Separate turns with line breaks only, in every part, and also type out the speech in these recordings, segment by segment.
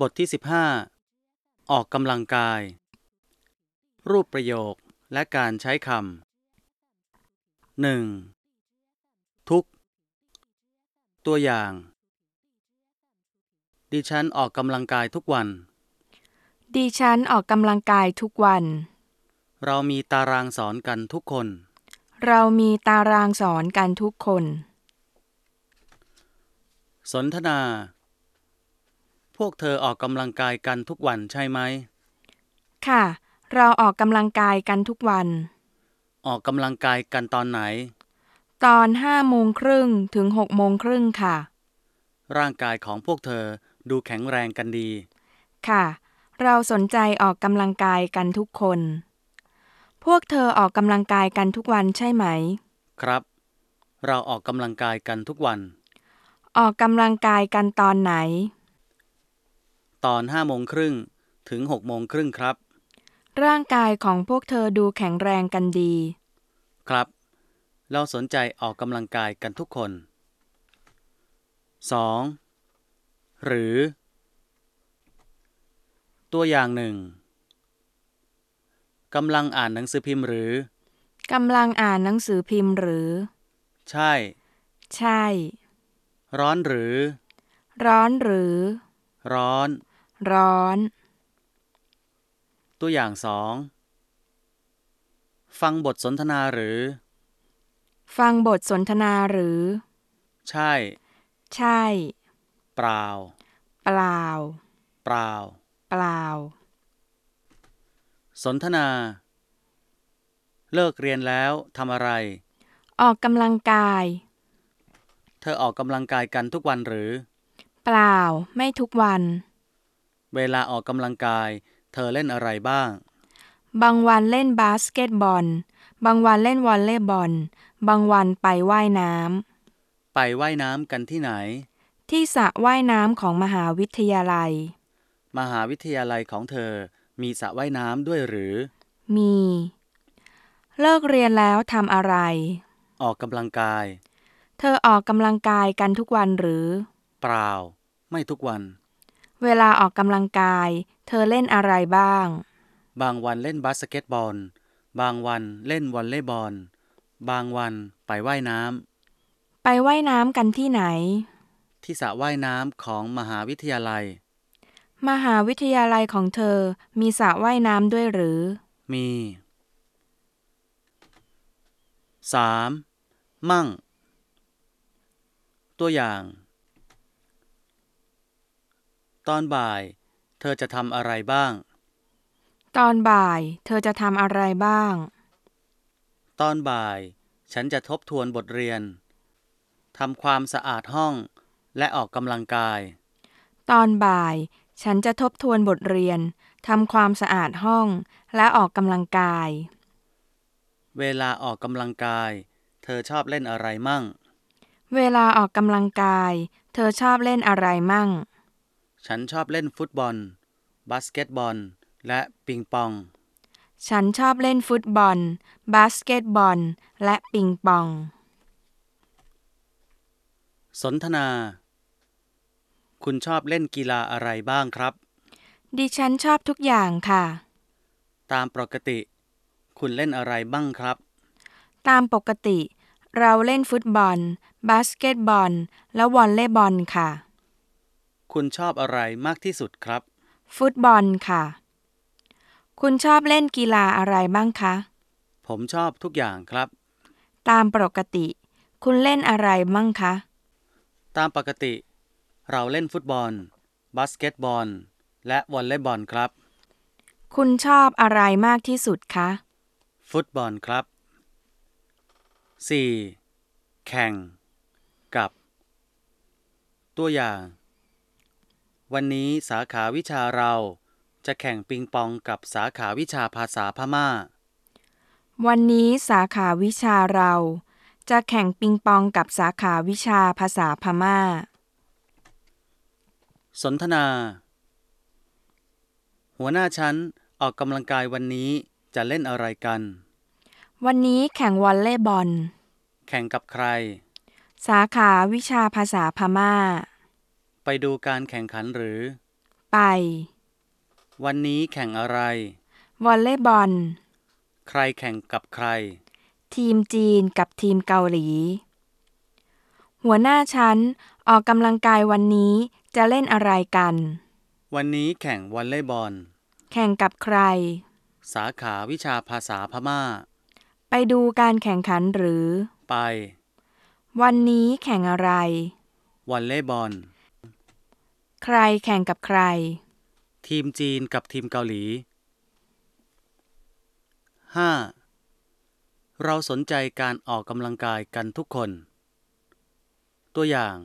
บทที่สิบห้าออกกำลังกาย รูปประโยคและการใช้คำหนึ่งทุก ตัวอย่าง ดิฉันออกกำลังกายทุกวัน
ดิฉันออกกำลังกายทุกวัน
เรามีตารางสอนกันทุกคน
เรามีตารางสอนกันทุกคน
สนทนา พวกเธอออกกำลังกายกันทุกวันใช่ไหม
ค่ะ เราออกกำลังกายกันทุกวัน
ออกกำลังกายกันตอนไหน
ตอนห้าโมงครึ่งถึงหกโมงครึ่งค่ะ
ร่างกายของพวกเธอดูแข็งแรงกันดี
ค่ะ เราสนใจออกกำลังกายกันทุกคน พวกเธอออกกำลังกายกันทุกวันใช่ไหม
ครับ เราออกกำลังกายกันทุกวัน
ออกกำลังกายกันตอนไหน
ตอนห้าโมงครึ่งถึงหกโมงครึ่งครับ
ร่างกายของพวกเธอดูแข็งแรงกันดี
ครับ เราสนใจออกกำลังกายกันทุกคน 2. หรือ ตัวอย่างหนึ่งกำลังอ่านหนังสือพิมพ์หรือ
กำลังอ่านหนังสือพิมพ์หรือ
ใช่
ใช่
ร้อนหรือ
ร้อนหรือ
ร้อน
ร้อน
ตัวอย่างสองฟังบทสนทนาหรือ
ฟังบทสนทนาหรือ
ใช่
ใช่
เปล่า
เปล่า
เปล่า
เปล่า
สนทนา เลิกเรียนแล้วทำอะไร
ออกกำลังกาย
เธอออกกำลังกายกันทุกวันหรือ
เปล่า ไม่ทุกวัน
เวลาออกกำลังกาย เธอเล่นอะไรบ้าง
บางวันเล่นบาสเกตบอล บางวันเล่นวอลเลย์บอล บางวันไปว่ายน้
ไปว่ายน้ำกันที่ไหน
ำที่สระว่ายน้ำของมหาวิทยาลัย
มหาวิทยาลัยของเธอมีสระว่ายน้ำด้วยหรือ
มี เลิกเรียนแล้วทำอะไร
ออกกำลังกาย
เธอออกกำลังกายกันทุกวันหรือ
เปล่า ไม่ทุกวัน
เวลาออกกำลังกาย เธอเล่นอะไรบ้าง
บางวันเล่นบาสเกตบอล บางวันเล่นวอลเลย์บอล บางวันไปว่ายน้
ไปว่ายน้ำกันที่ไหน
ำที่สระว่ายน้ำของมหาวิทยาลัย
มหาวิทยาลัยของเธอมีสระว่ายน้ำด้วยหรือ
มี สาม มั่ง ตัวอย่าง ตอนบ่าย เธอจะทำอะไรบ้าง
ตอนบ่ายเธอจะทำอะไรบ้าง
ตอนบ่าย ฉันจะทบทวนบทเรียน ทำความสะอาดห้อง และออกกำลังกาย
ตอนบ่าย ฉันจะทบทวนบทเรียนทำความสะอาดห้อง และออกกำลังกาย
เวลาออกกำลังกาย เธอชอบเล่นอะไรมั่ง
เวลาออกกำลังกาย เธอชอบเล่นอะไรมั่ง
ฉันชอบเล่นฟุตบอล บาสเกตบอล และปิงปอง
ฉันชอบเล่นฟุตบอล บาสเกตบอล และปิงปอง
สนทนา คุณชอบเล่นกีฬาอะไรบ้างครับ
ดิฉันชอบทุกอย่างค่ะ
ตามปกติ คุณเล่นอะไรบ้างครับ
ตามปกติ เราเล่นฟุตบอล บาสเกตบอล และวอลเลย์บอลค่ะ
คุณชอบอะไรมากที่สุดครับ
ฟุตบอลค่ะ คุณชอบเล่นกีฬาอะไรบ้างคะ
ผมชอบทุกอย่างครับ
ตามปกติ คุณเล่นอะไรบ้างคะ
ตามปกติ เราเล่นฟุตบอล บาสเกตบอล และวอลเลย์บอลครับ
คุณชอบอะไรมากที่สุดคะ
ฟุตบอลครับ 4. แข่ง กับ ตัวอย่าง วันนี้สาขาวิชาเราจะแข่งปิงปองกับสาขาวิชาภาษาพม่า
วันนี้สาขาวิชาเรา จะแข่งปิงปองกับสาขาวิชาภาษาพม่า
สนทนา หัวหน้าชั้นออกกำลังกายวันนี้จะเล่นอะไรกัน
วันนี้แข่งวอลเลย์บอล
แข่งกับใคร
สาขาวิชาภาษาพม่า
ไปดูการแข่งขันหรือ
ไป
วันนี้แข่งอะไร
วอลเลย์บอล
ใครแข่งกับใคร
ทีมจีนกับทีมเกาหลี หัวหน้าชั้นออกกำลังกายวันนี้จะเล่นอะไรกัน
วันนี้แข่งวอลเลย์บอล
แข่งกับใคร
สาขาวิชาภาษาพม่า
ไปดูการแข่งขันหรือ
ไป
วันนี้แข่งอะไร
วอลเลย์บอล
ใครแข่งกับใคร
ทีมจีนกับทีมเกาหลี ห้า เราสนใจการออกกำลังกายกันทุกคน ตัวอย่าง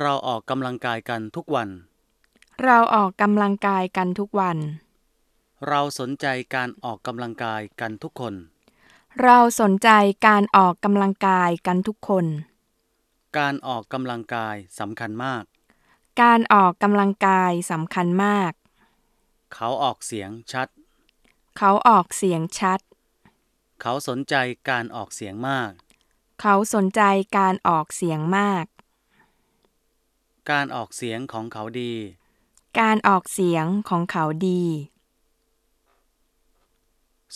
เราออกกำลังกายกันทุกวัน
เราออกกำลังกายกันทุกวัน
เราสนใจการออกกำลังกายกันทุกคน
เราสนใจการออกกำลังกายกันทุกคน
การออกกำลังกายสำคัญมาก
การออกกำลังกายสำคัญมาก
เขาออกเสียงชัด
เขาออกเสียงชัด
เขาสนใจการออกเสียงมาก
เขาสนใจการออกเสียงมาก
การออกเสียงของเขาดี
การออกเสียงของเขาดี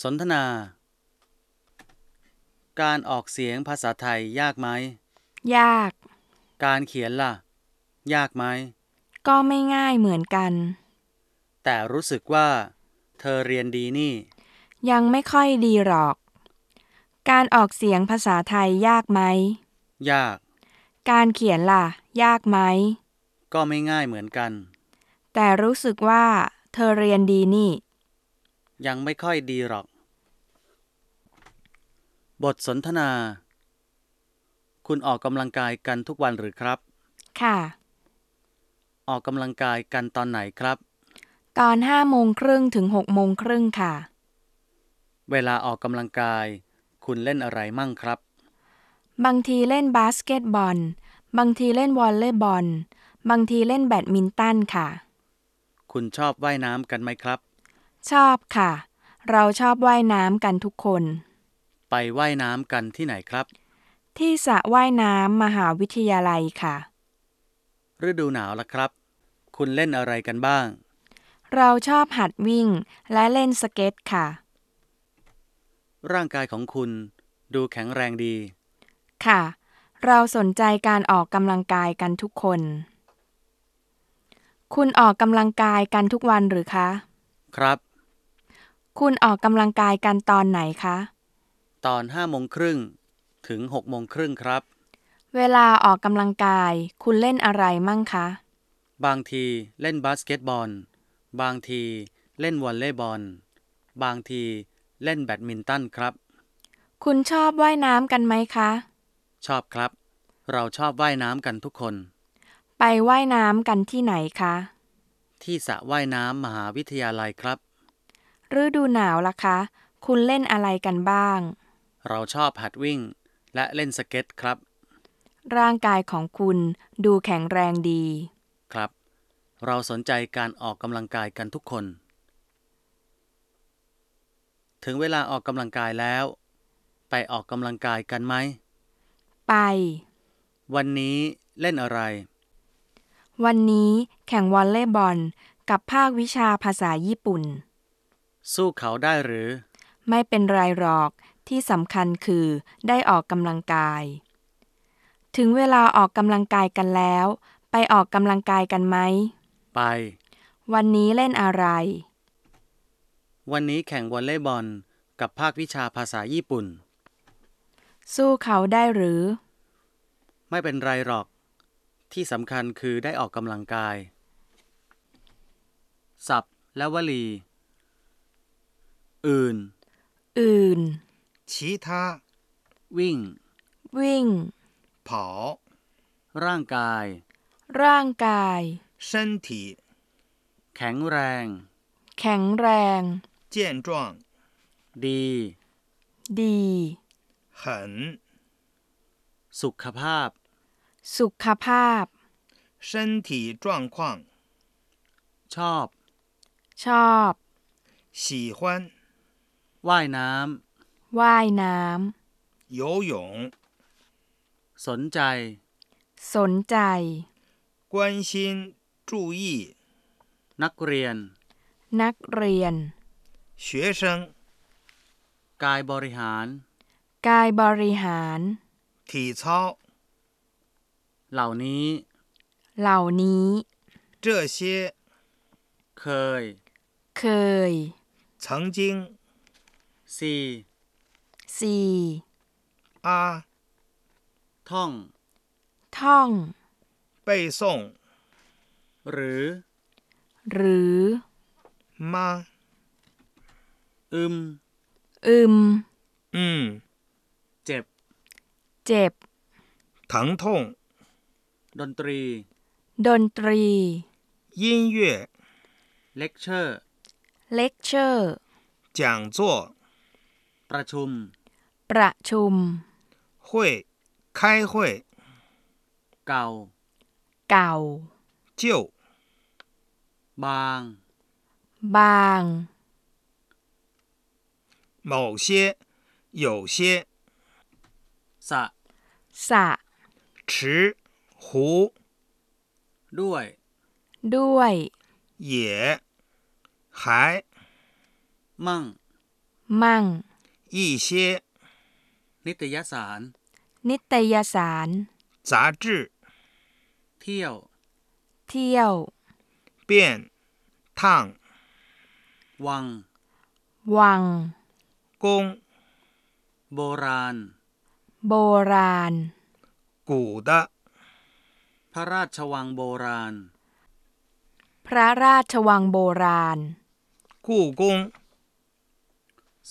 สนทนา การออกเสียงภาษาไทยยากไหม
ยาก
การเขียนล่ะ ยากไหม
ก็ไม่ง่ายเหมือนกัน
แต่รู้สึกว่า เธอเรียนดีนี่
ยังไม่ค่อยดีหรอก การออกเสียงภาษาไทยยากไหม
ยาก
การเขียนล่ะ ยากไหม
ก็ไม่ง่ายเหมือนกัน
แต่รู้สึกว่า เธอเรียนดีนี่
ยังไม่ค่อยดีหรอก บทสนทนา คุณออกกำลังกายกันทุกวันหรือครับ
ค่ะ
ออกกำลังกายกันตอนไหนครับ
ตอนห้าโมงครึ่งถึงหกโมงครึ่งค่ะ
เวลาออกกำลังกาย คุณเล่นอะไรมั่งครับ
บางทีเล่นบาสเกตบอล บางทีเล่นวอลเลย์บอล บางทีเล่นแบดมินตันค่ะ
คุณชอบว่ายน้ำกันไหมครับ
ชอบค่ะ เราชอบว่ายน้ำกันทุกคน
ไปว่ายน้ำกันที่ไหนครับ
ที่สระว่ายน้ำมหาวิทยาลัยค่ะ
ฤดูหนาวล่ะครับ คุณเล่นอะไรกันบ้าง
เราชอบหัดวิ่งและเล่นสเก็ตค่ะ
ร่างกายของคุณดูแข็งแรงดี
ค่ะ เราสนใจการออกกำลังกายกันทุกคน คุณออกกำลังกายกันทุกวันหรือคะ
ครับ
คุณออกกำลังกายกันตอนไหนคะ
ตอนห้าโมงครึ่งถึงหกโมงครึ่งครับ
เวลาออกกำลังกาย คุณเล่นอะไรมั่งคะ
บางทีเล่นบาสเกตบอล บางทีเล่นวอลเลย์บอล บางทีเล่นแบดมินตันครับ
คุณชอบว่ายน้ำกันไหมคะ
ชอบครับ เราชอบว่ายน้ำกันทุกคน
ไปว่ายน้ำกันที่ไหนคะ
ที่สระว่ายน้ำมหาวิทยาลัยครับ
ฤดูหนาวล่ะคะ คุณเล่นอะไรกันบ้าง
เราชอบหัดวิ่ง และเล่นสเก็ตครับ
ร่างกายของคุณดูแข็งแรงดี
ครับ เราสนใจการออกกำลังกายกันทุกคน ถึงเวลาออกกำลังกายแล้ว ไปออกกำลังกายกันไหม
ไป
วันนี้เล่นอะไร
วันนี้แข่งวอลเลย์บอล กับภาควิชาภาษาญี่ปุ่น
สู้เขาได้หรือ
ไม่เป็นไรหรอกที่สำคัญคือได้ออกกำลังกาย ถึงเวลาออกกำลังกายกันแล้ว ไปออกกำลังกายกันไหม
ไป
วันนี้เล่นอะไร
วันนี้แข่งวอลเลย์บอล กับภาควิชาภาษาญี่ปุ่น
สู้เขาได้หรือ
ไม่เป็นไรหรอก ที่สำคัญคือได้ออกกำลังกาย ศัพท์และวลี อื่น
อื่น
其他
วิ่ง
วิ่ง
跑、
ร่างกาย
ร่างกาย
身体、
แข็งแรง
แข็งแรง
健壮、
ดี
ดี
很、
สุขภาพ
สุขภาพ
身体状况、
ชอบ
ชอบ
喜欢、
ว่ายน้
ว่ายน้
游泳、
ำ สนใจ
ำ สนใจ
关心注意，
นักเรียน
นักเรียน
学生
กายบริหาร
กายบริหาร
体操
เหล่านี้
เหล่านี้
这些
เคย
เคย
曾经
สี่
สี่
啊
ท่อง
ท่อง
背诵
หรือ
หรือ
吗？
อึม
อึม
嗯，
เจ็บ
เจ็บ
疼痛
ดนตรี
ดนตรี
音乐
เลคเชอร์
เลคเชอร์
讲座
ประชุม
ประชุม
会开会
เก่า
เก่า
就
บาง
บาง
某些有些
สะ
สะ
池湖
ด้วย
ด้วย
也还
มั่ง
มั่ง
一些
นิตยสาร
นิตยสาร
杂志
เที่ยว
เที่ยว
变烫
วัง
วัง
工
โบราณ
โบราณ
古的
พระราชวังโบราณ
พระราชวังโบราณ
故宫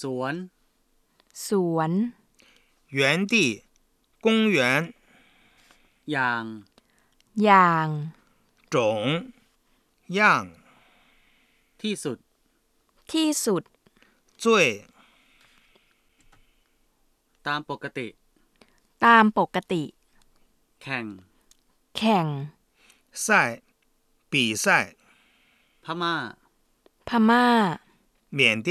สวน
สวน
园地公园
อย่าง
อย่าง
种样
ที่สุด
ที่สุด
最
ตามปกติ
ตามปกติ
แข่ง
แข่ง
赛比赛
พม่า
พม่า
缅甸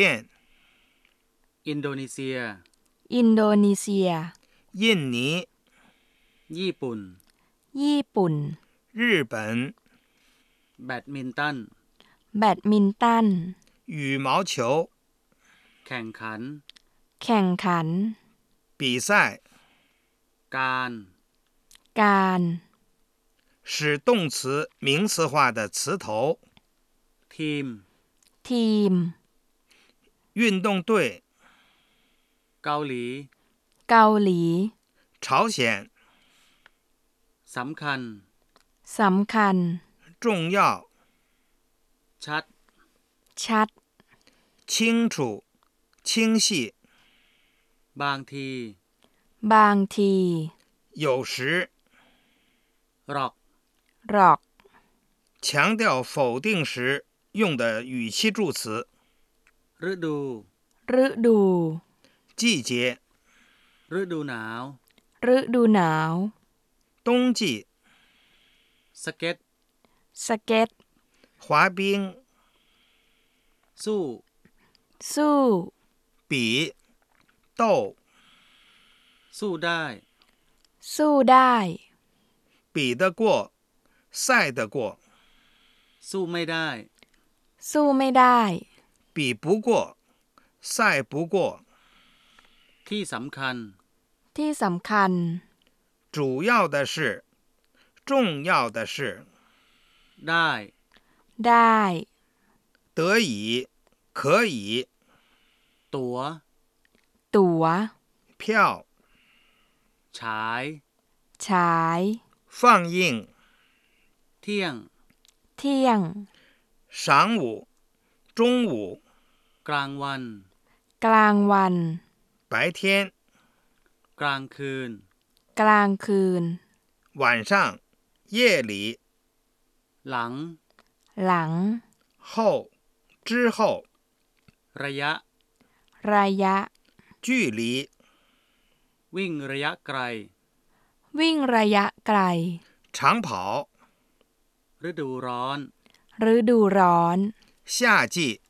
อินโดนีเซีย
อินโดนีเซีย
印尼
ญี่ปุ่น
ญี่ปุ่น
日本
แบดมินตัน
แบดมินตัน
羽毛球
แข่งขัน
แข่งขัน
比赛
การ
การ
使动词名词化的词头
ทีม
ทีม
运动队
เกาหลี
เกาหลี
朝鲜
สำคัญ
สำคัญ
重要
ชัด
ชัด
清楚清晰
บางที
บางที
有时
หรอก
หรอก
强调否定时用的语气助词。
ฤดู
ฤดู
季节：
ฤดูหนาว
ฤดูหนาว
冬季，
สเก็ต
สเก็ต
滑冰；
สู้
สู้
比，斗，
สู้ได้
สู้ได้
比得过，赛得过，
สู้ไม่ได้
สู้ไม่ได้
比不过，赛不过。
ที่สำคัญ
ที่สำคัญ
主要的是，重要的是，
ได้
ได้
得以，可以，
ตั๋ว
ตั๋ว
票，
ฉาย
ฉาย
放映，
เที่ยง
เที่ยง
晌午，中午，
กลางวัน
กลางวัน
白天，
กลางคืน
กลางคืน
晚上，夜里，
หลัง
หลัง
后，之后，
ระยะ
ระยะ
距离。
วิ่งระยะไกล
วิ่งระยะไกล
长跑，
ฤดูร้อน
ฤดูร้อน
夏季，